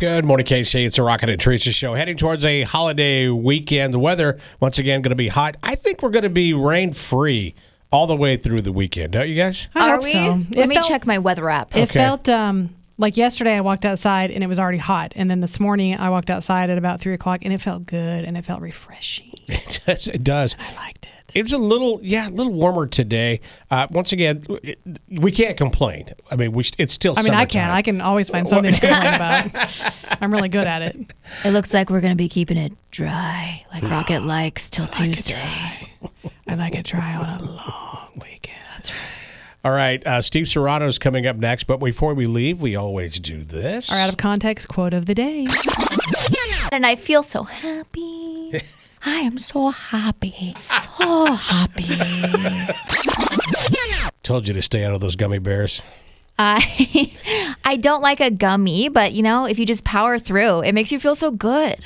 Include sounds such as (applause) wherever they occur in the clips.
Good morning, KC. It's a Rocket and Teresa show. Heading towards a holiday weekend. The weather, once again, going to be hot. I think we're going to be rain free all the way through the weekend, don't you guys? (laughs) I Are hope we? so. Let It me felt- check my weather app. It Okay. felt um, like yesterday I walked outside and it was already hot. And then this morning I walked outside at about three o'clock and it felt good and it felt refreshing. It does. It does. I liked it. It was a little, yeah, a little warmer today. Uh, once again, it- we can't complain. I mean, we, it's still I mean, I can. I can always find something to complain about. I'm really good at it. It looks like we're going to be keeping it dry, like Rocket likes, till Tuesday. I like a try on a long weekend. That's right. All right. Uh, Steve Serrano is coming up next. But before we leave, we always do this. Our out of context quote of the day. And I feel so (laughs) happy. I am so happy. So happy. Told you to stay out of those gummy bears. I (laughs) I don't like a gummy, but you know, if you just power through, it makes you feel so good.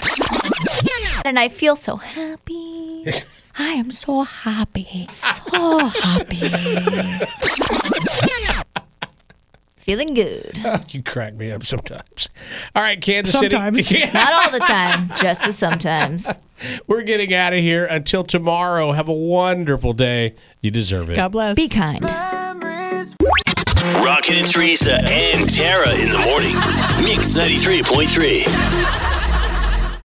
And I feel so happy. (laughs) I am so happy. So happy. Feeling good. You crack me up sometimes. All right, Kansas City. Sometimes. (laughs) Yeah. Not all the time, just the sometimes. We're getting out of here until tomorrow. Have a wonderful day. You deserve it. God bless. Be kind. Rocket and Teresa and Tara in the morning. Mix 93.3.